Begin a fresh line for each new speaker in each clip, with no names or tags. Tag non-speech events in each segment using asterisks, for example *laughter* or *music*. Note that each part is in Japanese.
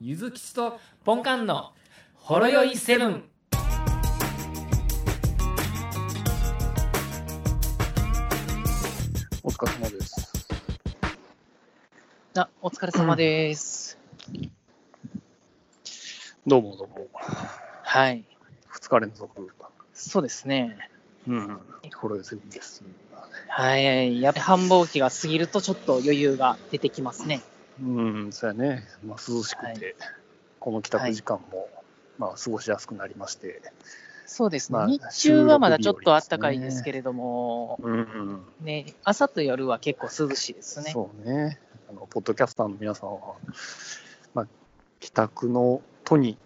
ゆずきちとポンカンのほろよいセブン。
お疲れ様です。
あ、お疲れ様です。
どうもどうも。
はい。
二日連続。
そうですね。
うん。これセブンです。
はい。やっぱ繁忙期が過ぎるとちょっと余裕が出てきますね。
うん、そうやね。まあ、涼しくて、
は
この帰宅時間も、まあ、過ごしやすくなりまして。
そうですね。
まあ
日中はまだちょっと暖かいですけれども、
うん、うん。
ね朝と夜は結構涼しいですね。
そうね。あの、ポッドキャスターの皆さんは、まあ、帰宅の途に、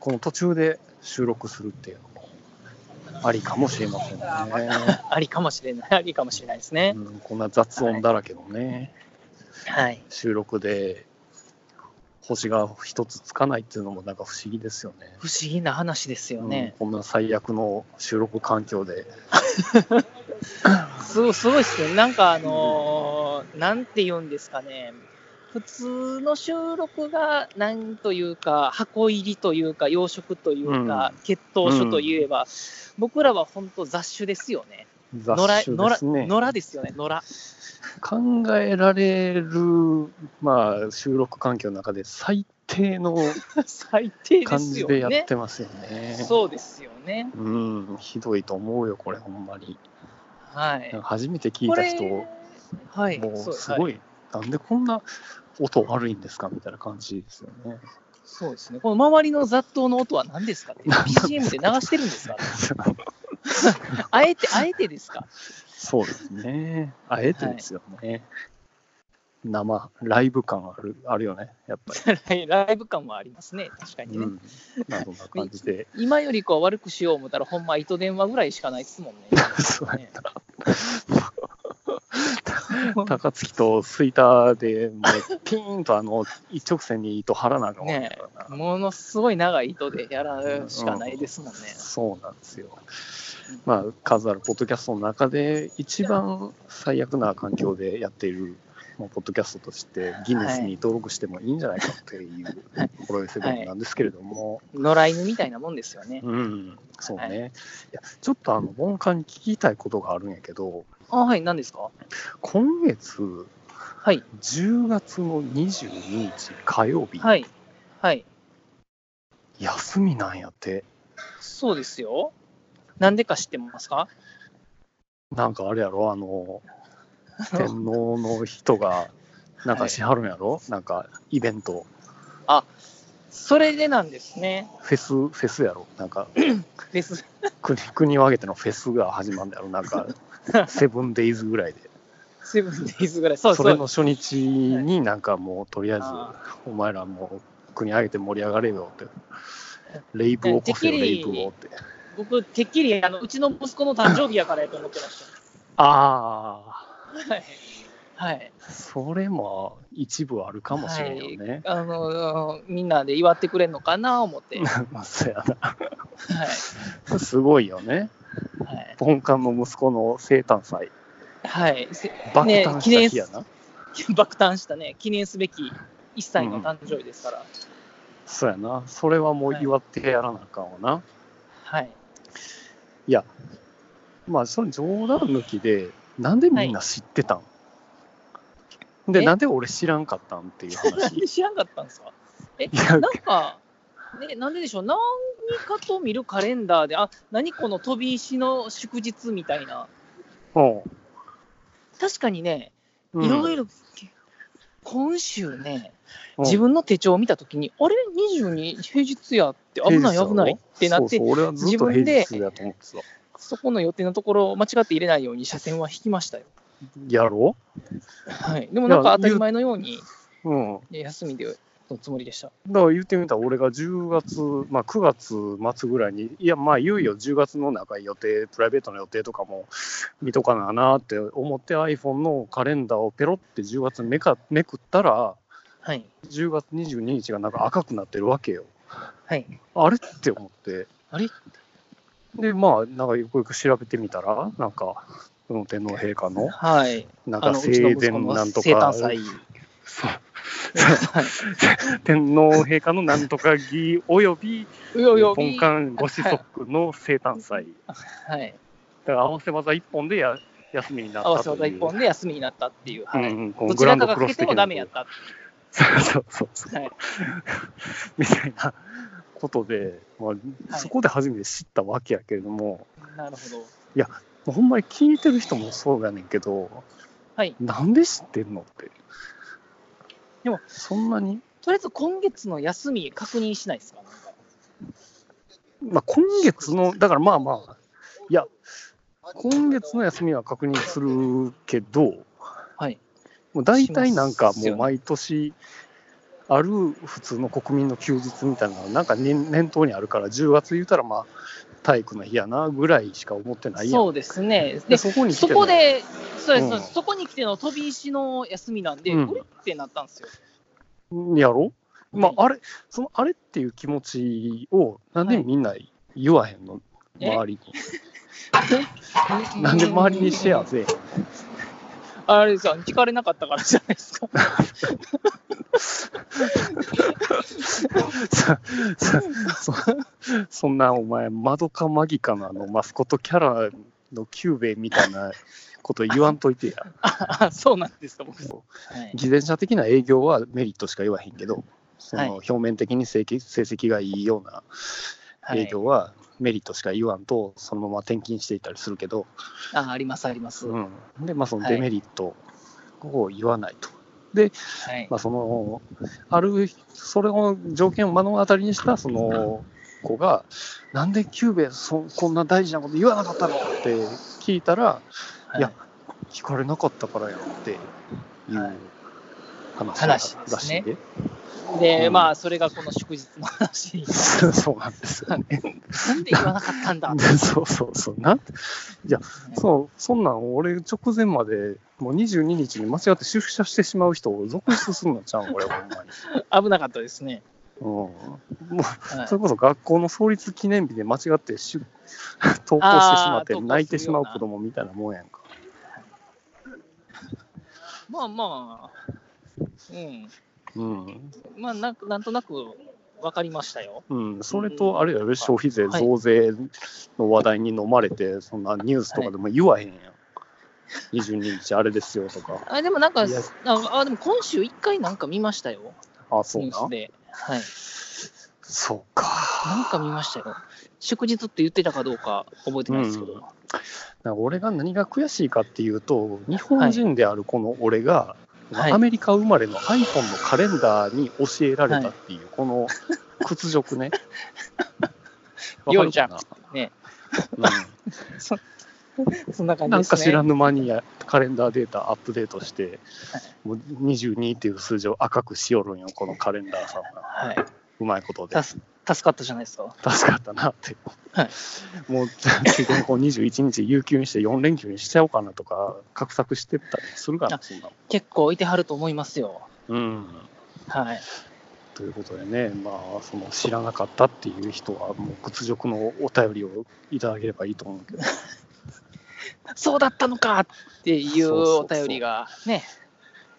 この途中で収録するっていうのも、ありかもしれま *laughs* せんね。
ありかもしれない。ありかもしれないですね
う。ん、こんな雑音だらけのね。
はい。
収録で星が一つつかないっていうのもなんか不思議ですよね。
不思議な話ですよね。
うんこんな最悪の収録環境で。
すごい、すごいですね。なんかあのーなんて言うんですかね。普通の収録が、なんというか、箱入りというか、養殖というか、血統書といえば、僕らは本当雑種ですよね。
雑
野良、
種です
野良、
ね。
野良ですよね、野良。 *laughs*
考えられる、まあ、収録環境の中で最低の
最低で
感
す
じ
よ
でやっ
ね。
てますよ
*laughs*
ね。
そうですよね。
うん、ひどいと思うよ、これ、ほんまに。
はい
なん。か初めて聞い
こ
た
れ
人、も
はい、そう
うす
は
ごい、なんでこんな音悪いんですかみたいな感じですよね。
そうですね。この周りの雑踏の音は何です
*laughs*
かって、BGM で流してるんですかあえて、あえてで
*laughs*
すか
そうですね。あえてですよね。生、ライブ感あるあるよね、やっぱ
はいライブ感はありますね、確か
り。
に
う
ね。
ん。まあ、そんな感じで。
今よりこう悪くしよう思ったら、ほんま糸電話ぐらいしかないで
*laughs*
すもんね。
そうやったら。高槻と吹田で、もうピーンとあの *laughs* 一直線に糸張らなあかんわけだからな。
ものすごい長い糸でやらうしかないですもんね。
そうなんですよ。まあ、数あるポッドキャストの中で、一番最悪な環境でやっている、まあ、ポッドキャストとして、ギネスに登録してもいいんじゃないかっていう、ホロエセブンなんですけれども、
野良犬みたいなもんですよね。
うん、そうね。
はい
い、や、ちょっとあの、ボンカンに聞きたいことがあるんやけど、
あ、はい、何ですか
今月、
はい、
10月の22日火曜日、
はい、はい。
休みなんやって。
そうですよ。なんでか知ってますか
なんかあれやろ、あの、天皇の人
*laughs*
が、なんかしはるんやろ、なんかイベント、
それでなんですね。
フェス、フェスやろなんか、
です。
国国を挙げてのフェスが始まるんだろなん
*laughs*
か、セブンデイズぐらいで。
セブンデイズぐらい。
そ
そ
う
そ
れ
う。
の初日になんかもう、とりあえず
あ、
お前らもう国挙げて盛り上がれよって。レイプを起こせよ、
てっ
レ
きり
イプをって。
僕、てっきり、あの、うちの息子の誕生日やからやと思ってまし
あ
た。はい。はい。
あ、それも一部あるかもしれんよね。
あのみんなで祝ってくれるのかな思 *laughs* って、はい
*laughs* まあ、そやな。すごいよね。
はい
本館の息子の生誕祭。
はい、せ
爆誕した日やな。
爆誕したね、記念すべき1歳の誕生日ですから、
そうやな。それはもう祝ってやらなあかんわな。
はい、
まあ、その冗談抜きで、なんでみんな知ってたん、で、
え
なんで俺知らんかったんっていう
なん
話。
*laughs*
い
で知らんかったんですか、
や、
なんか、ね、なんででしょう、何かと見るカレンダーで、あ何この飛び石の祝日みたいな、
も
確かにね、
う
いろい
ろ
ろ、今週ね、自分の手帳を見たときに、あれ、22平日やって、危ない、危ないってなって
そう、そう俺はずっと平日だと思ってた。
そこの予定のところを間違って入れないように車線は引きまし
*laughs*
たよ。
やろ
はい、でもなん
いや
か当たり前のように
ううん。
休みでのつもりでした。
だから言ってみたら、俺が10月、まあ、9月末ぐらいに、いや、まあ、いよいよ10月の中予定、プライベートの予定とかも見とかなあなって思って iPhone のカレンダーをペロって10月めかめくったら、
はい。
10月22日がなんか赤くなってるわけよ。
はい。
あれって思って。
あれ
で、まあ、なんかよくよく調べてみたら、なんか、その天皇陛下の、
はい。
なん
あ
か
の、うちの
生
息
前
子の
なんと *laughs*
生誕
か、
祭。
そう。天皇陛下のなんとか儀および、
うよよ
本館ご子息の生誕祭。
はい。
だから合わせ技一本でや休みになった
合
という。
わせ技一本で休みになったっていう。はい。
うんうん、この
ど
グ
ち
ラ
ら
ン
か
ド
が
クロ
欠け
ス
て
的
も
な
ダメやった。
そうそうそうそう、
はい
みたいなことで、まあそこで初めて知ったわけやけれども、
なるほど。
ほんまに聞いてる人もそうやねんけど、
はい
なんで知ってんのって。
でも、
そんなに、
とりあえず今月の休み確認しないですかなんか
まあ、今月の、だからまあまあ、いや、今月の休みは確認するけど、
はい。
もう大体なんか
します
も
よ
う
ね
毎年ある普通の国民の休日みたいなのがなんか年年頭にあるから10月言うたらまあ体育の日やなぐらいしか思ってないやん
そうですね。
で
で、
そこに来て
そ
ね
こで、そうです、
うん
そこに来ての飛び石の休みなんで、
うん
これってなったんですよ。
やろま
はい
ああれそのあれっていう気持ちをなんでみんな言わへんの、
え
周りに *laughs* なんで周りにシェアせえへん
あれですよ、聞かれなかったからじゃない
*laughs*
ですか。
さそ *laughs* そそんなお前マドカマギカのあのマスコットキャラのキューベみたいなこと言わんといてや
あそうなんですか、僕。はい
自転車的な営業はメリットしか言わへんけど、そ
はい
の表面的に成績成績がいいような営業はメリットしか言わんと、そのまま転勤していったりするけど、
はいああります、あります。
うん、で、まあ、その
はい
デメリットを言わないと。
はい
まあ、その、ある、それを条件を目の当たりにした、その、子が、なんでキューベそ、こんな大事なこと言わなかったのって聞いたら、
はい
いや聞かれなかったからやっていう話らし
話です
い
ね
で。
で、
うん
まあ、それがこの祝日
*laughs*
の話。
そうなんですよね。
なんで言わなかったんだ。
*laughs* そうそうそう。なんていや、そう、そんなん俺直前まで、もう22日に間違って出社してしまう人を続出すんのちゃうん、俺ほんまに。
危なかったですね。
うん、も
は
う
い
それこそ学校の創立記念日で間違ってし *laughs* 投稿してしまって
あー投稿するような
泣いてしまう子供みたいなもんやんか。
まあまあ、うん。
うん。
まあ、なんなんとなく分かりましたよ。
うん、それと、あれやろ、消費税
はい
増税の話題に飲まれて、そんなニュースとかでも言わへんやん。22日あれですよとか。
あでもなんか、
いや
なんかあでも今週一回なんか見ましたよ、
あ、そう
ニュー
な
ス。で。はい。
そうか。
なんか見ましたよ。祝日って言ってたかどうか覚えてないですけど。
うんなんか俺が何が悔しいかっていうと、日本人であるこの俺が、
はい
アメリカ生まれの iPhone のカレンダーに教えられたっていう、この屈辱
*laughs*
ね。わか
よい
る
ちゃん
か
ね、
な、
そんな
う
感
ん、
じ
な
で
ん
す
か
ね。
知らぬ間にやカレンダーデータアップデートして、もう22っていう数字を赤くしよるんよ、このカレンダーさんが。
は
うまいことで
い。。助助かったじゃないですか。
助かったなって。
はい
もう、ついでにこう21日有給にして4連休にしちゃおうかなとか、画策してったりするかな、
あ
そんなの
結構いてはると思いますよ。
うん。
はい。
ということでね、まあ、その知らなかったっていう人は、もう屈辱のお便りをいただければいいと思うけど、
そうだったのかっていうお便りがね。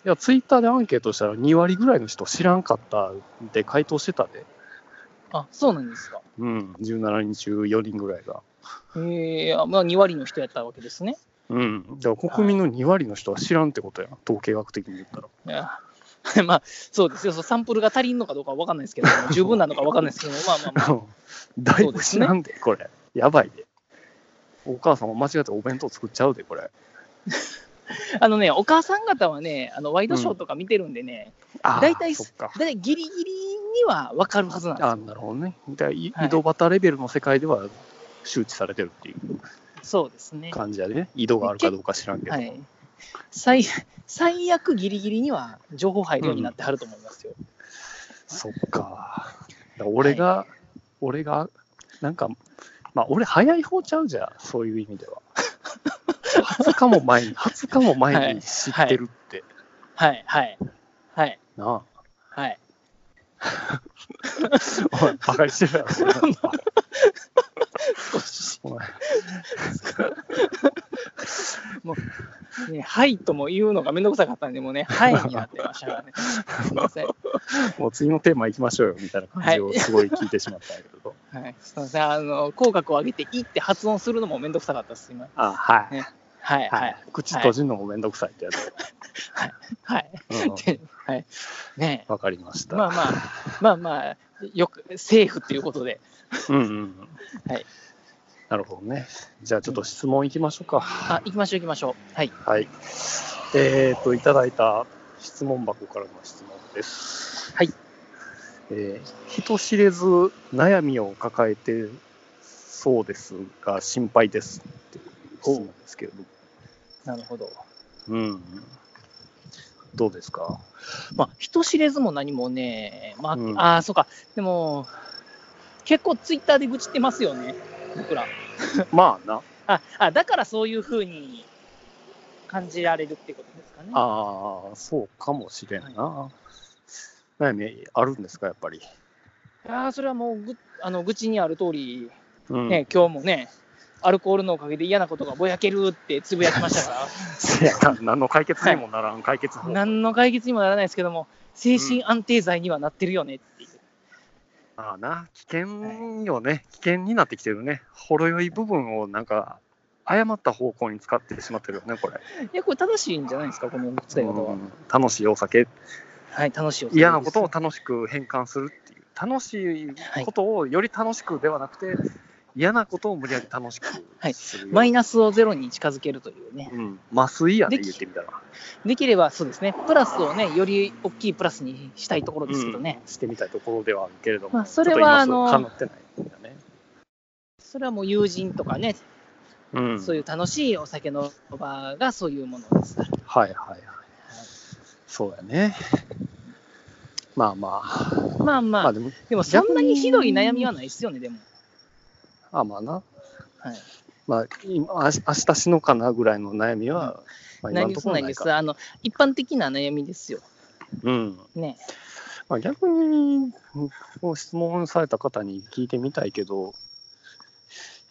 いや、ツイッターでアンケートしたら2割ぐらいの人知らんかったって回答してたで、
あ、そうなんですか。
うん、17人中4人ぐらいが。
ええまあ2割の人やったわけですね。
うん、だから国民の2割の人は知らんってことやん、統計学的に言ったら。
いや *laughs* まあ、そうですよ。そうサンプルが足りんのかどうかは分かんない *laughs* ですけど、十分なのか分かんないですけど、まあまあまあ。
だいぶ知 *laughs* らんで、これ。やばいで。お母さんも間違ってお弁当作っちゃうで、これ。
あのね、お母さん方はね、あのワイドショーとか見てるんでね、
あー
大体
そっか。
だいたいギリギリには分かるはずなんで
あーなるほどね。だい
はい
井戸端レベルの世界では周知されてるっていう
す。そうですね。
感じやで、ね、井戸があるかどうか知らんけど。
はい。最最悪ギリギリには情報配慮になってはると思いますよ。
そっか。だから俺が、俺が、なんか、まあ、俺早い方ちゃうじゃん、そういう意味では。20日も前に、20日も前に知ってるって。
はい、はい、はい、
なあ。
はい。
*laughs* おい、バカにしてるやろ、そんなのお前
もう、ね、はいとも言うのがめんどくさかったんで、もうね、はいになってましたか
*laughs*
らね。すいません。
もう次のテーマ行きましょうよみたいな感じをすごい聞いてしまったんだけ
*laughs*
ど。
はい、すいません。あの、口角を上げて、いって発音するのもめんどくさかったです、今。
あ、はい。
ねはい、
は
はいい。、
口閉じるのもめんどくさいってやつ。
はい。
うん
ではい。ね
わかりまし
え *laughs*
た。
まあまあ、まあまあ、よく、セーフということで。
うんうん。
はい。
なるほどね。じゃあちょっと質問いきましょうか。
あ、行きましょう行きましょう。はい。
はい。えっ、と、いただいた質問箱からの質問です。
はい。
えー人知れず悩みを抱えてそうですが、心配ですっていう質問ですけれども。
なるほど。
うん。どうです
*laughs*
か
まあ、人知れずも何もね、まあ、
うん
あーそうか。でも、結構ツイッターで愚痴ってますよね。僕ら。
まあな。
あ、あだからそういうふうに感じられるってことですかね。
ああ、そうかもしれんな。悩みあるんですか、やっぱり。
あーそれはもうぐ、あの、愚痴にある通り、
うん。 *laughs*
ね、今日もね、アルコールのおかげで嫌なことがぼやけるってつぶやきましたから。
せやから何の解決にもならん解 *laughs* 決法。
何の解決にもならないですけども、精神安定剤にはなってるよねっていう。
ああな、危険よね、危険になってきてるね。ほろ酔い部分をなんか、誤った方向に使ってしまってるよね、これ。
いや、これ正しいんじゃないですか、この使い方は。
うん楽しいお酒、
はい、楽しいお酒です
嫌なことを楽しく変換するっていう。楽しいことをより楽しくではなくて、嫌なことを無理やり楽しく
はい
するように。
マイナスをゼロに近づけるというね。
うん、麻酔やね、
でき
言ってみたら。
できればそうですね、プラスをね、より大きいプラスにしたいところですけどね。
してみたいところではあるけれども、
まあそれは
ちょっと今
あの
かなってないんだね。
それはもう友人とかね、
うん、
そういう楽しいお酒の場がそういうものですから。
はいはいはい。そうやね。まあまあ。
まあまあ、
まあでも、
でもそんなにひどい悩みはないですよね、でも。
あまあな。
はい、
まあ、今あし明日死のかなぐらいの悩みは、まあ、今のと
何も
こ
そ
ろ
う
な
ないいで
か
す。あの、一般的な悩みですよ。
うん。
ね。
まあ、逆に、うん質問された方に聞いてみたいけど、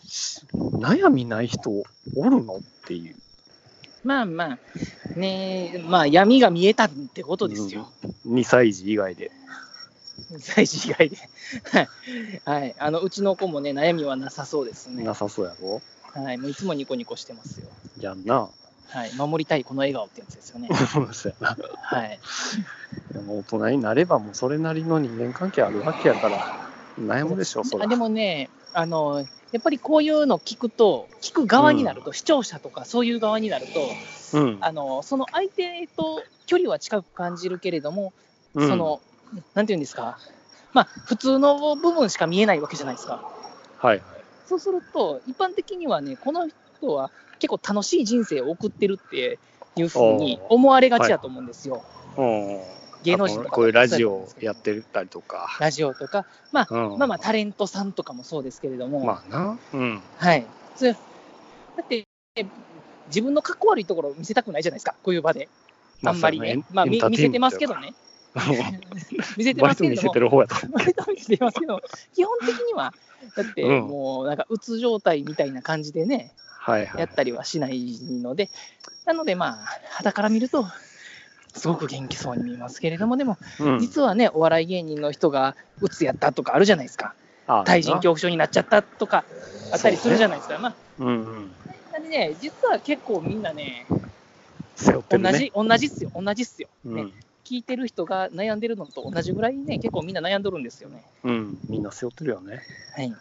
し悩みない人おるのっていう。
まあまあ、ねえ、まあ闇が見えたってことですよ。
2歳児以外で。
在地以外で。はいはい。あの、うちの子もね、悩みはなさそうですね
な。さそうやろ
はい。もういつもニコニコしてますよ。
やんな。
はい。守りたいこの笑顔ってやつで
*laughs*
すよね。
そうやな。
はい。
でも大人になればもうそれなりの人間関係あるわけやから、悩むでしょ、そら
あでもね、あの、やっぱりこういうの聞くと、聞く側になると、視聴者とかそういう側になると、
うん
あの、その相手と距離は近く感じるけれども、
うん
その、なんていうんですか。まあ、普通の部分しか見えないわけじゃないですか。
はいはい。
そうすると、一般的にはね、この人は結構楽しい人生を送ってるっていうふうに思われがちだと思うんですよ。
うん
芸能人とか
あのこういうラジオやってたりとか。
ラジオとか、まあ、
うん
まあまあ、タレントさんとかもそうですけれども、
まあな。うん。
はい。それだって、自分のかっこ悪いところを見せたくないじゃないですか、こういう場で。あんまりね。まあ、み見せてますけど。ね。
そう
*laughs*
やねエン
見
エ
せ
ン
て
ターテインメントや割と見
ますけれど
せ
も
て。る方やと。
割と見せてますけど、基本的には、だって
うん
もう、なんか、うつ状態みたいな感じでね、
はいは
やっ
い。
たりはしないので、なのでまあ、肌から見ると、すごく元気そうに見えますけれども、でも、
うん
実はね、お笑い芸人の人が、うつやったとかあるじゃないですか。
あ
対人恐怖症になっちゃったとか、あったりするじゃないですか。ま
うんうん。
あ、なんでね、実は結構みんなね、
背負って
同
るね。
じ、同じっすよ、同じっすよ。
う
ね
ん。
聞いてる人が悩んでるのと同じぐらいね、結構みんな悩んどるんですよね。
うん。みんな背負ってるよね。
はい。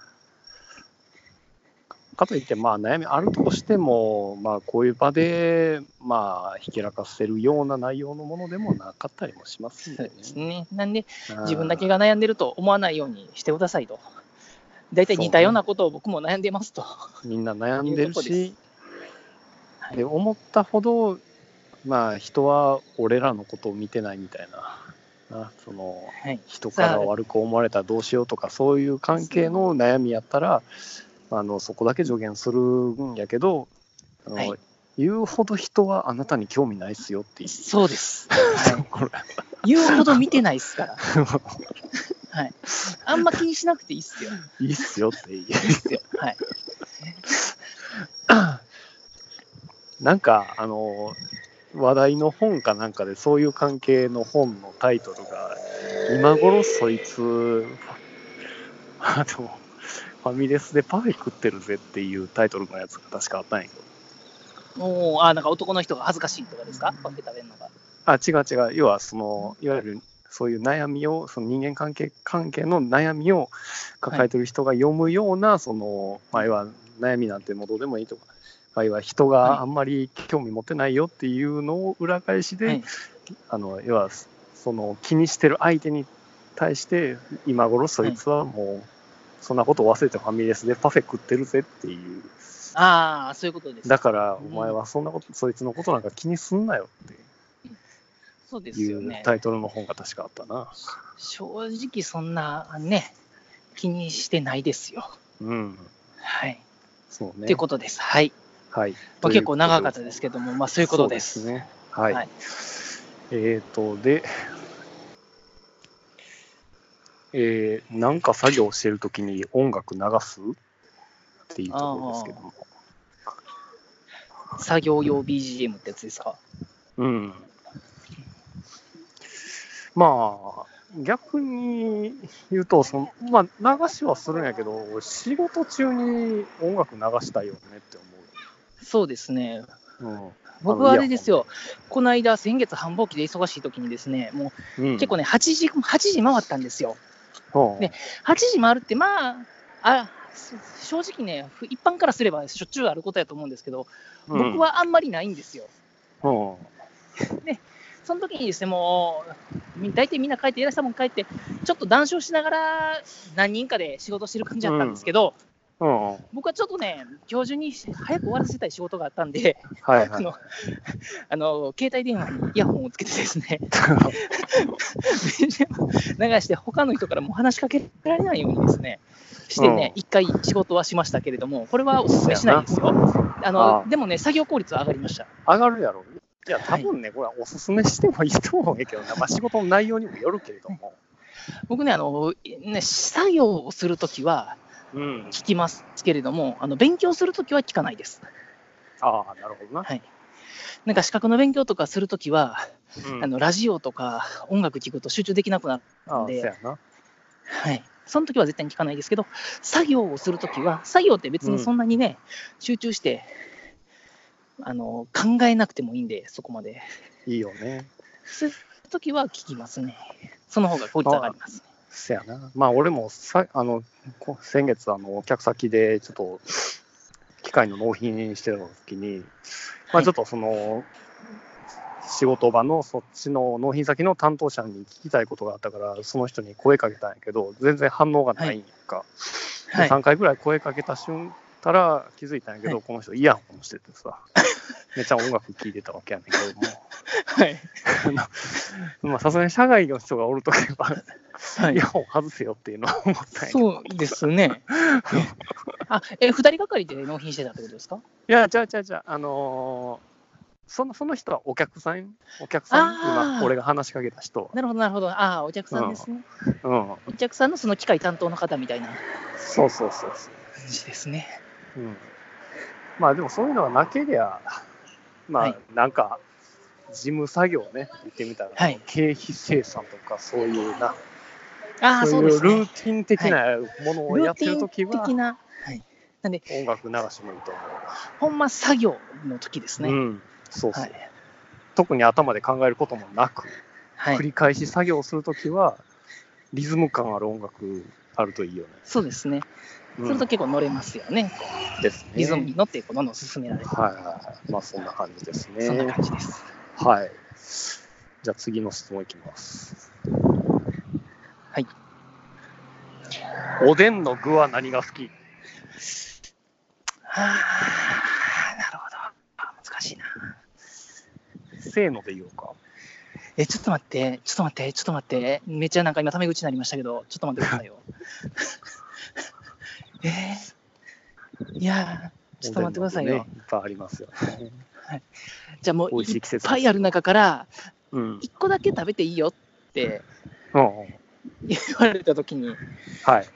かといって、まあ悩みあるとしても、まあこういう場で、まあひけらかせるような内容のものでもなかったりもしますん
そう
で
ですね。なんで、
うん
自分だけが悩んでると思わないようにしてくださいと。大体似たようなことを僕も悩んでますと。
みんな悩んでる
いうことで
し
す、はい
で思ったほど、まあ、人は俺らのことを見てないみたいな、なその
はい。
人から悪く思われたらどうしようとか、そういう関係の悩みやったら、あのそこだけ助言するんやけど、あの
はい
言うほど人はあなたに興味ないっすよっていう。
そうです。
*laughs* これ
言うほど見てないで
*laughs*
すから。はい。あんま気にしなくていいっすよ。
いいっすよっていう。
はい。
なんか、あの、話題の本かなんかで、そういう関係の本のタイトルが、今頃そいつ、あの、ファミレスでパフェ食ってるぜっていうタイトルのやつが確かあったんやけど。
もう、あ、なんか男の人が恥ずかしいとかですかパフェ食べるのが。
あ、違う違う。要は、その、いわゆる、そういう悩みを、その人間関係、関係の悩みを抱えてる人が読むような、その、まあ、要は、悩みなんてもうどうでもいいとか、まあ、要は人があんまり興味持ってないよっていうのを裏返しで、
はい
あの、要は、その、気にしてる相手に対して、今頃そいつはもう、そんなこと忘れてファミレスでパフェ食ってるぜっていう。
ああ、そういうことです。
だから、お
うん
前はそんなこと、そいつのことなんか気にすんなよって。
そうです
い
よ
う
ね。
タイトルの本が確かあったな。
正直、そんな、ね、気にしてないですよ。
うん。
はい。
そうね。
っていうことです。はい。
はい。
まあ、結構長かった
と
ですけども、まあ、そういうことです。
そうね。はい。
はい
えっ、と、で、えーなんか作業してるときに音楽流すっていうところですけども。
作業用 BGM ってやつですか。
うん。まあ、逆に言うと、そのまあ、流しはするんやけど、俺仕事中に音楽流したいよねって
そうですね。
思う。
僕はあれですよ、この間、先月繁忙期で忙しい時にですね、も
うん。
う結構ね、8時、8時回ったんですよ。
構
ね8時回るって、まあ、あそ正直ね、ふ一般からすればしょっちゅうあることやと思うんですけど、僕、はあんまりないんですよ。
うんうん
その時にですね、もう、み大体みんな帰って、偉いさんも帰って、ちょっと談笑しながら、何人かで仕事してる感じだったんですけど、
うん。はい
僕はちょっとね、今日中に早く終わらせたい仕事があったんで、
はい。
あの、あの、携帯電話にイヤホンをつけてですね、 *laughs* 流して、他の人からも話しかけられないようにですね、してね、
うん
一、回仕事はしましたけれども、これはお勧めしないですよ。あの、
ああ
でもね、作業効率は上がりました。
上がるやろ。いや、多分ね、これはおすすめしてもいいと思うんやけどな。まあ、仕事の内容にもよるけれども。
僕ね、あの、ね、作業をするときは
うん。
聞きますけれども、あの、勉強するときは聞かないです。
ああ、なるほどな。
なんか資格の勉強とかするときは、
うん
あの、ラジオとか音楽聞くと集中できなくなる。
ああ、そう
で
やな。
はい。その時は絶対に聞かないですけど、作業をするときは、作業って別にそんなにね、集中して、あの、考えなくてもいいんで、そこまで。
いいよね。
するときは聞きますね。その方が効率上がります、ね。
せやな。まあ、俺もさ、あの、こ先月、あの、お客先で、ちょっと、機械の納品してた時に、まあ、ちょっとその、仕事場のそっちの納品先の担当者に聞きたいことがあったから、その人に声かけたんやけど、全然反応がないんやんか。
はい。
3回ぐらい声かけた瞬たら気づいたんやけど、
は
この人イヤホンしてて
*laughs*
さめっちゃ音楽聴いてたわけやねんけ
はい。
ども *laughs* あのまあさすがに社外の人がおるときは、
はい
イヤホン外せよっていうのは思ったんやけど
そうで
*laughs*
すね。あ、え、二人がかりで納品してたってことですか
いやじゃあじゃあじゃああのーそのその人はお客さんお客さん
あー
今俺が話しかけた人、
なるほど、なるほど。ああ、お客さんですね。
うん、
お客さんのその機械担当の方みたいな感
そうそうそうそ
じですね。
う、うん、まあでもそういうのがなけりゃまあ、
はい
なんか事務作業ね言ってみたら、
はい
経費精算とかそういうな
ああ、
そ
そう
う
で
いう
すね。
ルーティン的なものを
ル
や
ー
って
テ
る
ィン
ときは
的な。はい。なんで、
音楽流してもいいと思
ほんま作業の時です
う。
ね。
うん、そうそう、
はい。
特に頭で考えることもなく、
は
繰
い。
り返し作業するときは、リズム感ある音楽あるといいよね。
そうですね。
うん
それと結構乗れますよね。
ですね
リズムに乗って、こうどんどん進められる。
はいはいはい。まあそんな感じですね。
そんな感じです。
はい。じゃあ次の質問いきます。
はい。
おでんの具は何が好き
ああ、なるほど。あー難しいな。
せーので言おうか。
え、ちょっと待って、ちょっと待って、ちょっと待って。めっちゃなんか今、タメ口になりましたけど、ちょっと待ってくださ
*laughs*
いよ。えーいやーちょっと待ってください
おでんの
よ。
具ねいっぱいありますよね。
じゃあも
美
う
味し
い
い
っ
季節です
ぱいある中から、
うん。
1個だけ食べていいよって
うんうん
言われたときに、
はい。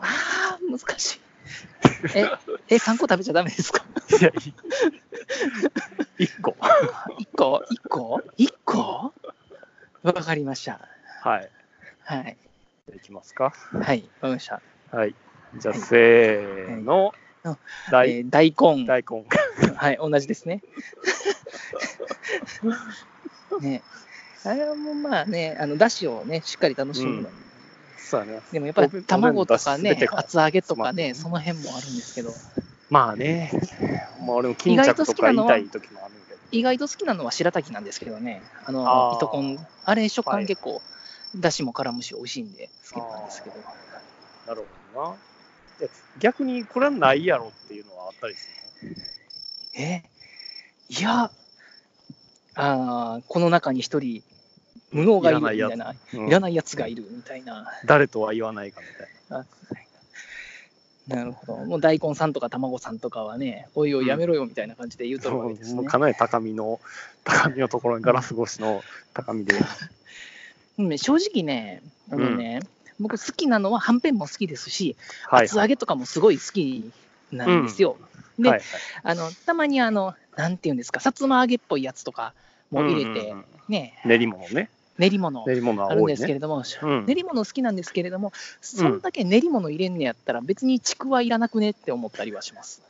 ああ、難しい。え、え、3個食べちゃダメですか
いや、い *laughs* 一個。
一個一個一個わかりました。
はい。
はい。
いきますか。
はい。わかりました。
はい。じゃあ、せーの
はい。え
大
ー大根。
大根。
はい、同じで
*laughs*
すね。ねあれはもうまあね、あの、だしをね、しっかり楽しむ
う
のに。
んそうだね。
でもやっぱ
お
り
弁
卵と
お
か
弁当全
ね
て、が
厚揚げとかね、その辺もあるんですけど、
まあね。まあ俺も巾着とか言いたい時もあるけど。
意外と好きなのは白滝なんですけどね、あ
あ
の
ー、
糸こん、あれ食
は
感
い
結構、だしも絡むし美味しいんで、好きなんですけど。
なるほどな。で逆にこれはないやろっていうのはあったりする
えいや、あーこの中に一人、無能がいるみたい
い
な、
ら
い
な
ら
い
ない
の、
やつがいるみたいな。
誰とは言わないかみたい
なるほど。もう大根さんとか卵さんとかはね、おいおいやめろよみたいな感じで言うとるわけで
な。
す
もう
ね。
かなり高みの、高みのところにガラス越しの高みで。
うんね正直ね、あのね、僕好きなのははんぺんも好きですし、
はい。
厚揚げとかもすごい好きなんですよ。で、
はいはい
あのたまにあの、なんていうんですか、さつま揚げっぽいやつとかも入れ
う
て、
んうんうん
ね、
練り物ね。
練り物
練り物は
あるん
多い
ですけ
ね。
れども、
うん
練り物好きなんですけれども、そんだけ練り物入れんねやったら、別にちくわいらなくねって思ったりはします。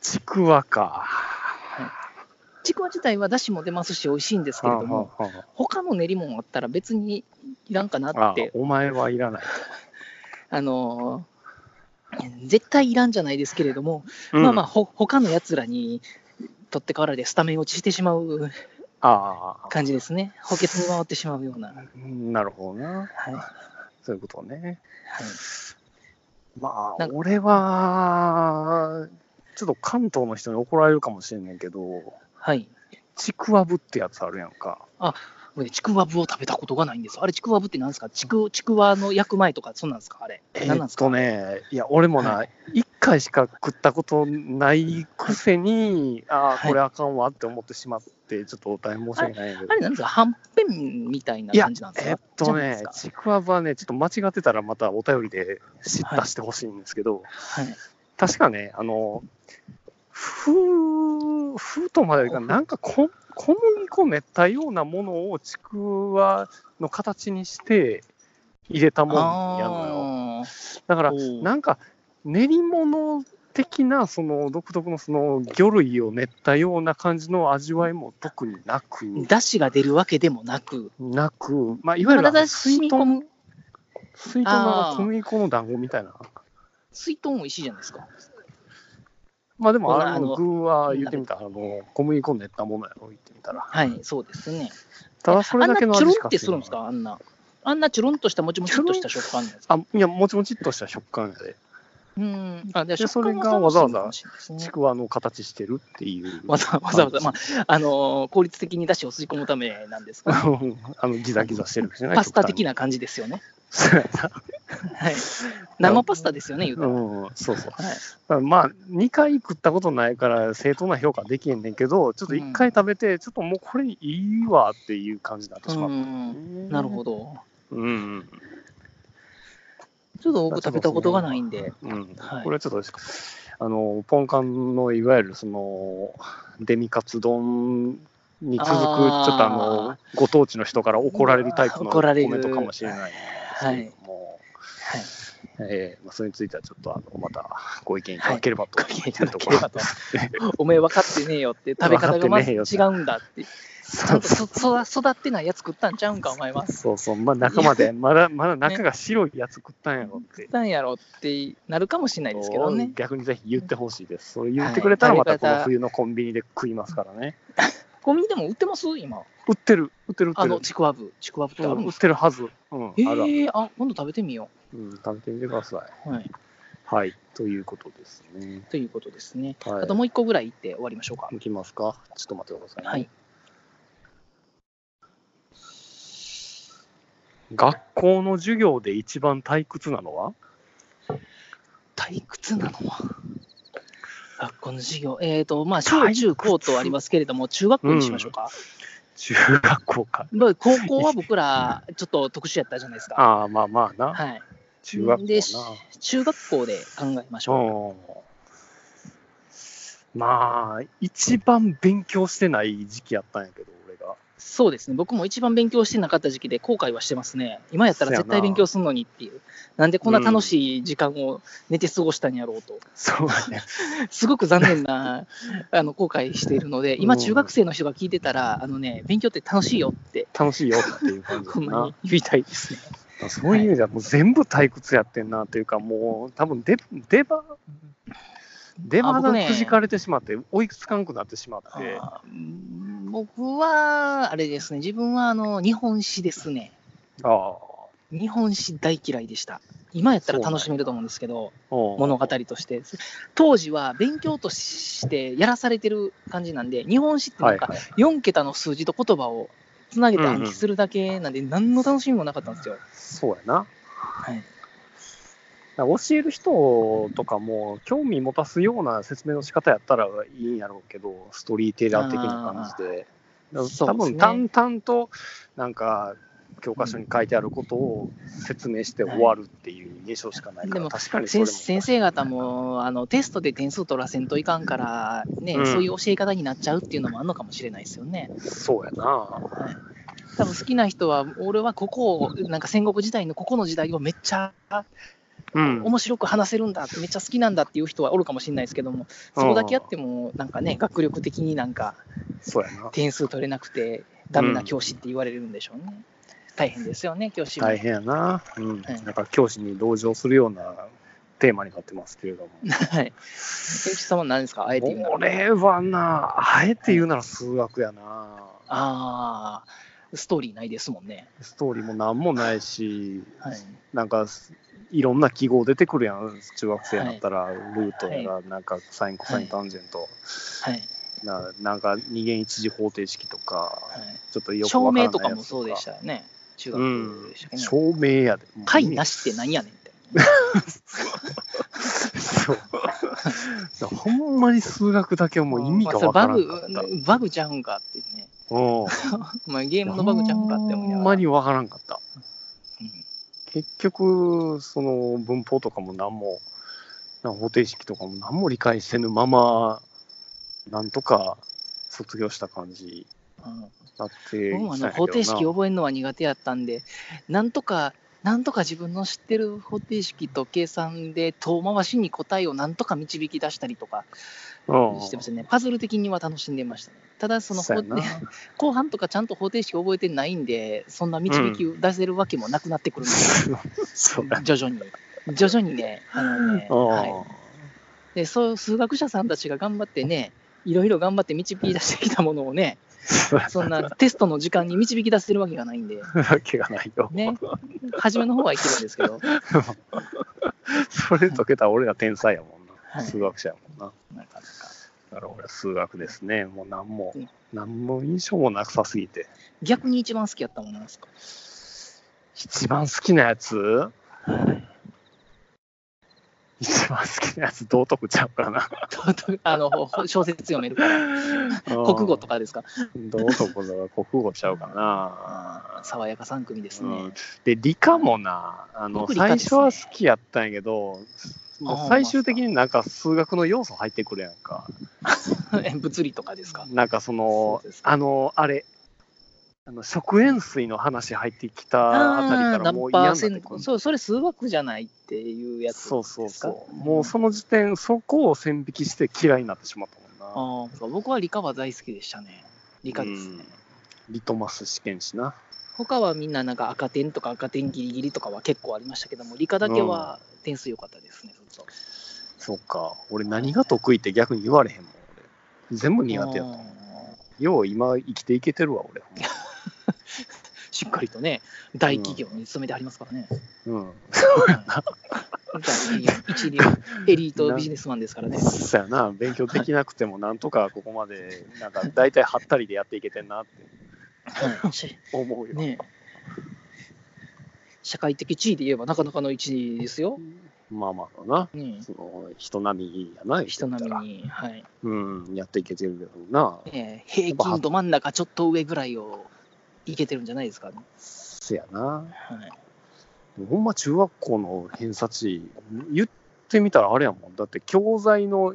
ちくわか。
ちくわ自体はだしも出ますし、美味しいんですけれども、
はあはあはあ
他の練り物あったら別にいらんかな
あ
って、
お前はいらない。
あのー絶対いらんじゃないですけれども、
うん
まあまあ、ほ他のやつらに取って代わられスタメン落ちしてしまう
ああ、
感じですね、補欠に回ってしまうような。はい
なるほどな。
は
そういうことね。
い、
まあ
なん、か
俺は、ちょっと関東の人に怒られるかもしれないけど、
はい
ちくわぶってやつあるやんか。
僕ねちくわぶを食べたことがないんです。あれ、ちくわぶってなんですかちくちくわの焼く前とか、そうなんですかあれ。
え
何な
ー
んで
っ
すか
とね、いや、俺もな、一回しか食ったことないくせに、ああ、
はい
これあかんわって思ってしまって、ちょっと大変申し訳ないんやけ
あ
ど。
れなんですかはんぺんみたいない
や
感じなんですか
えーっと
じゃないです
ね
か、
ちくわぶはね、ちょっと間違ってたらまたお便りで知ったしてほしいんですけど、
はい。
確かね、あの、ふふとまではいかないなんかこ小麦粉練ったようなものをちくわの形にして入れたもんやのよ。
あ
だから、
ー
なんか練り物的な、その独特のその魚類を練ったような感じの味わいも特になく、
だしが出るわけでもなく、
なく、まあ、いわゆるあの
体に染
水
み込
豚、
む
水豚の
あー
小麦粉の団子みたいな。
水豚美味しいじゃないですか。
まあでも、
ほら
あ
あの
の具は言ってみたら、あの小麦粉練ったものやろ、言ってみたら。
はい、そうですね。
ただそれだけの
あんな
味し
ちょろん
か
ってするんですかあんな。あんなちょろんとしたもちもちっとした食感なんですか
あいやもちもちっとした食感やで
うん。あ、で
で
食
そ
感
れがわざわざ
楽しいのかもしれないです
ち
ね
くわの形してるっていう
わざわざわざ、まあ、あのー効率的にだしを吸い込むためなんですか、
あの *laughs* あのギザギザしてるわけじゃない
パスタ的
な
な感じですよね。
そう
はい。生パスタですよね、言うた
*laughs* う
ら。
んそうそう
はい
だからまあ2回食ったことないから正当な評価できへんねんけどちょっと1回食べて、ちょっともうこれいいわっていう感じになってしまった、
うんなるほど。
どうん、
ちょっと僕食べたことがないんで。
うん
はい
これはちょっとあのポンカンのいわゆるそのデミカツ丼に続くちょ
あー
っとあのご当地の人から怒られるタイプの
怒
コ
られる
メントかもしれないんですけれども、
はい。
えーまあ、それについてはちょっとあのまたご意見いただければと
ご意見
い
いた
う
だ
と
け
こ
れ
ろ
ばと
です。
おめえ分かってねえ
*laughs*
よって、食べ方がまず違うんだって。ちゃんとそそ育ってないやつ食ったんちゃうんか、お前は。食
そうそう、まあ、中まで、まだまだ中が白いやつ食ったんやろって。
ったんやろってなるかもしれないですけどね。
逆にぜひ言ってほしいです。それ言ってくれたらまたこの冬のコンビニで食いますからね。
コンビニでも売ってます今。
売ってる、売ってる、売
あ
ってる
の、。ちくわぶ。ちくわぶってある
うんん売
で
っ
すか
てるはず。うん、
え
あるある、
ー、あ、今度食べてみよ
うん。食べてみてください。
う。はい。
はい、ということですね。
ということですね。
はい、
あともう一個ぐらい行って終わりましょうか。
いきますか。ちょっと待ってください、
はい。。
学校の授業で一番退屈なのは
退屈なのは学校の授業、えっ、と、まあ、小中高とありますけれども、中学校にしましょうか。
中学校か。
まあ高校は僕ら、ちょっと特殊やったじゃないですか。
ああ、まあまあな。
はい。
中学校
でし中学校で考えましょ
な。う
う。
ん。まあ、一番勉強してない時期やったんやけど、俺が。
そうですね、僕も一番勉強してなかった時期で後悔はしてますね。今やったら絶対勉強するのにっていう。なんでこんな楽しい時間を寝て過ごしたんやろうと。
そうだね。
すごく残念 *laughs* なあの後悔しているので、今中学生の人が聞いてたら、あのね、勉強って楽しいよって、
楽しいよっていう感じ
*laughs* ほ
だ
んまに
な。
言いたいですね。
そういう意味ではもう全部退屈やってんなっていうか、もう多分出、出場、出場
僕
が
ね
くじかれてしまって、追いつかんくなってしまって。
あー僕は、あれですね、自分はあの日本史ですね。
ああ。
日本史大嫌いでした。今やったら楽しめると思うんですけど、物語として。当時は勉強としてやらされてる感じなんで、日本史ってな
は
ん
い
か
はい。
4桁の数字と言葉をつなげて暗記するだけなんで、何の楽しみもなかったんですよ。
そうやな。
はい、
だから教える人とかも興味持たすような説明の仕方やったらいいんやろうけど、ストーリーテイラー的な感じで。だから多
そう
分
ですね
淡々となんか教科書に書いてあることを説明して終わるっていう印象しかないか
で
ら、
も
確かにそれ
先
も
先生方もあのテストで点数取らせんといかんから、ね
うん
そういう教え方になっちゃうっていうのもあるのかもしれないですよね。
そうやな。
多分好きな人は、俺はここを、なんか戦国時代のここの時代をめっちゃ
うん。
面白く話せるんだ、めっちゃ好きなんだっていう人はおるかもしれないですけども、そこだけやっても、なんかね、学力的になんか
そうやな。
点数取れなくて、ダメな教師って言われるんでしょうね。大変ですよね、教師は。
大変やな。うん。
はい
なんか教師に同情するようなテーマになってますけれども。
はい。ゆきさんは何ですかあえて言うなら
俺はな、あえて言うなら数学やな。
ああ、ストーリーないですもんね。
ストーリーも何もないし、
はい。
なんかいろんな記号出てくるやん、中学生になったら、ルートやら、なんかサイン、コサイン、タンジェント、
はい。
ななんか二元一次方程式とか、
はい、
ちょっとよく
証
わからない
明
やつ
とかもそうでしたよね。
う
中学
ん
でしたっけ、ね。
証明やで。
解なしって何やねんって。
そう。 *laughs* ほんまに数学だけはもう意味がわからんかっ
それ
た
バ。グ、バグちゃうんかってね。
うん
お前ゲームのバグちゃうんかって思いな
ほん
が
ま
ら。
にわからんかった。
うん
結局、その文法とかも何も、なんか方程式とかも何も理解せぬまま、なんとか卒業した感じ
うん
になって
僕もあ
きたんや
の
けどな
方程式覚えるのは苦手やったんで、なんとか、なんとか自分の知ってる方程式と計算で遠回しに答えをなんとか導き出したりとか
うん
してましたね。パズル的には楽しんでましたね。ただ、その
そう
方
やな
*laughs* 後半とかちゃんと方程式覚えてないんで、そんな導きを出せるわけもなくなってくるんですよ、
そうだ。
徐々に。徐々にね、あの
*laughs*
ね、
うん
はい、でそう数学者さんたちが頑張ってね、いろいろ頑張って導き出してきたものをね、そんなテストの時間に導き出せるわけがないんで、
わけがないよ。
ね、初めの方は生きるんですけど、
それ解けたら俺ら天才やもんな。
はい
数学者やもんな。
なかなか。
だから俺は数学ですね。もう何も
うん、
何も印象もなさすぎて。
逆に一番好きやったものなんですか、 *laughs*
一番好きなやつ
はい、
一番好きなやつ道徳ちゃうかな。
ととあのほ小説読めるから、 *laughs* 国
国
語と。かですか
道徳とか国語ちゃうか
*laughs*
な。
爽やか3組ですね。
うんで、理科もな、あの、
僕理科
最
ですね
初は好きやったんやけど、も
あ
う
ー
最終的になんか数学の要素入ってくるやんか。
*laughs* え物理とかですか
なんかその
そうです、か
あの、あれ、あの食塩水の話入ってきたあたりからもう嫌になってくる。
そうそれ数学じゃないっていうやつですか
そうそうそう。もうその時点、そこを線引きして嫌いになってしまったもんな。
あーそう僕は理科は大好きでしたね理科ですね、
うんリトマス試験しな。
他はみんななんか赤点とか赤点ギリギリとかは結構ありましたけども理科だけは点数良かったですね、ずっと
そうか。俺何が得意って逆に言われへんもん、俺。全部苦手やったもん。
あー
よう今生きていけてるわ、俺。
しっかりとね大企業に勤めてありますからね、
うん。
大企業一流エリートビジネスマンですからね
そやな、勉強できなくてもなんとかここまで、なんか大体はったりでやっていけてんなって
はいし
思うよ。
ね社会的地位で言えばなかなかの1位ですよ、
まあまあだな。
ね、
その人並みやな、
人並
言う
みに、はい
たらうん、やっていけてるよな。
ね、平均ど真ん中ちょっと上ぐらいをいけてるんじゃないですかね、
せやな。
はい
ほんま中学校の偏差値、言ってみたらあれやもん。だって教材の、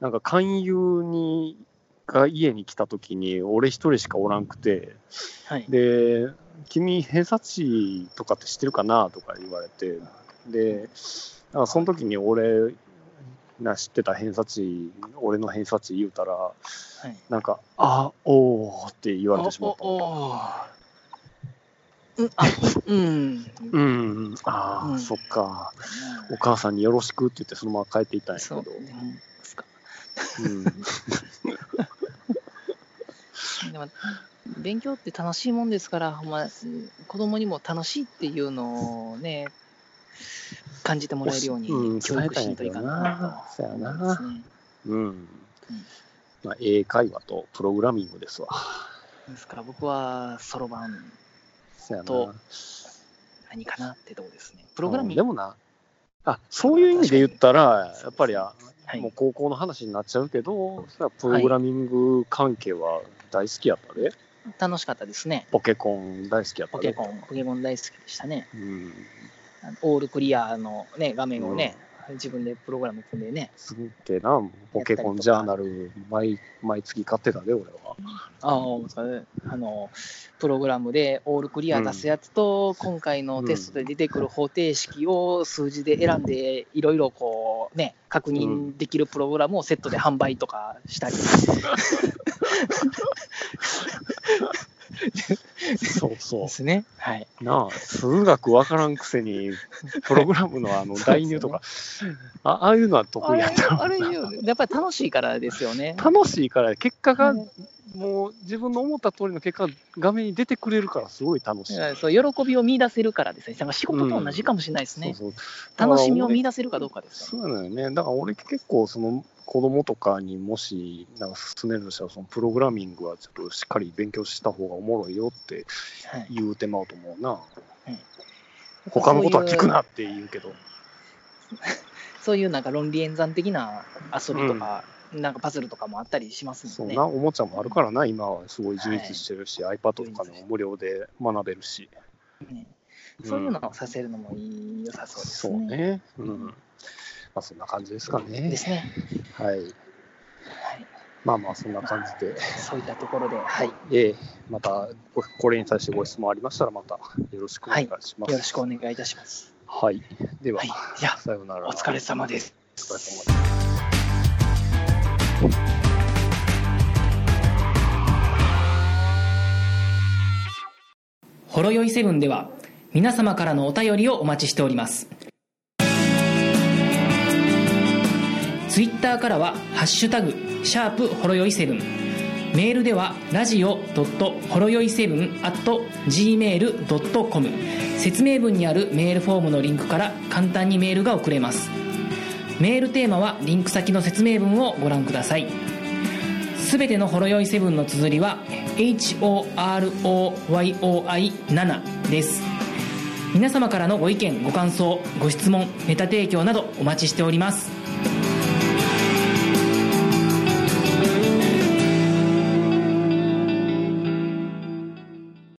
なんか勧誘にが家に来た時に俺一人しかおらんくて、
はい。
で、君、偏差値とかって知ってるかなとか言われて、で、なんかその時に俺、な知ってた偏差値、俺の偏差値言うたら、
はい
なんか、あ、おーって言われてしまった。
おおおうん、あ、うん。
うん、ああ、
うん
そっか、お母さんによろしくって言って、そのまま帰っていったんやけ
そ
ど、
うですか。
うん、
でも勉強って楽しいもんですから、ほんま、子供にも楽しいっていうのをね、感じてもらえるよう
うん
に教
伝え
育
たん
しな
や
いと
け
い
ど
かんな
な、そや
と思います
な、
ね。
うん、まあ、英会話とプログラミングですわ、
ですから僕はそろばん
そやな。
と何かなってとこですね。プログラミ
で
ング、
もな、あそういう意味で言ったら、やっぱりあ、
はい
もう高校の話になっちゃうけど、それはプログラミング関係は大好きやったで、
楽しかったですね。
ポケコン大好きやった
ポ
で。
ケコン、ポケモン大好きでしたね。
うん、
あのオールクリアの、ね、画面をね、自分でプログラム組んでね。
すげえな、ポケコンジャーナル毎、毎月買ってたで、俺は。
ああそれあのプログラムでオールクリア出すやつと、今回のテストで出てくる方程式を数字で選んで、いろいろこうね、確認できるプログラムをセットで販売とかしたり、
そうそ
ですね。はい。
う。なあ、数学わからんくせに、プログラムのあの
そうですね
代入とか、あああいうのは
あ
得意
れ、
やった
あ
もん
れ
な。
やっぱり楽しいからですよね。
楽しいから、結果が
ね
もう自分の思った通りの結果が画面に出てくれるからすごい楽しい。
そう喜びを見出せるからですね。だから仕事と同じかもしれないですね。
そうそう
楽しみを見出せるかどうかですか
そうなのよね。だから俺結構その子供とかにもしなんか勧めるとしたらそのプログラミングはちょっとしっかり勉強した方がおもろいよって
ら、はい
言うてまうと思うな。他のことは聞くなって言うけど。
そういうなんか論理演算的な遊びとか、なんかパズルとかもあったりします
そ
も
うん
ね。
な、おもちゃもあるからな、今はすごい充実してるし、iPad とかでも無料で学べるし。
ね
うん
そういうのをさせるのもいい良さそうです
そう
ね。
ね。うん。まあそんな感じですか
で
ね。
すね。
はい。
はい。
まあまあそんな感じで。
そういったところで、はい。よ
ええ、またごこれに対してご質問ありましたらまたよろしくお願いします。
ろしくお願いいたします。
はい。では、
はい。じゃあ、
さようなら。
お疲れ様です。
お疲れ様です。
ほろよいセブンでは皆様からのお便りをお待ちしておりますツイッターからは「ハッシュタグシャープほろよいセブン」メールではラジオほろよい7 gmail.com 説明文にあるメールフォームのリンクから簡単にメールが送れますメールテーマはリンク先の説明文をご覧くださいすべてのほろ酔いセブンの綴りは HOROYOI7 です皆様からのご意見ご感想ご質問ネタ提供などお待ちしております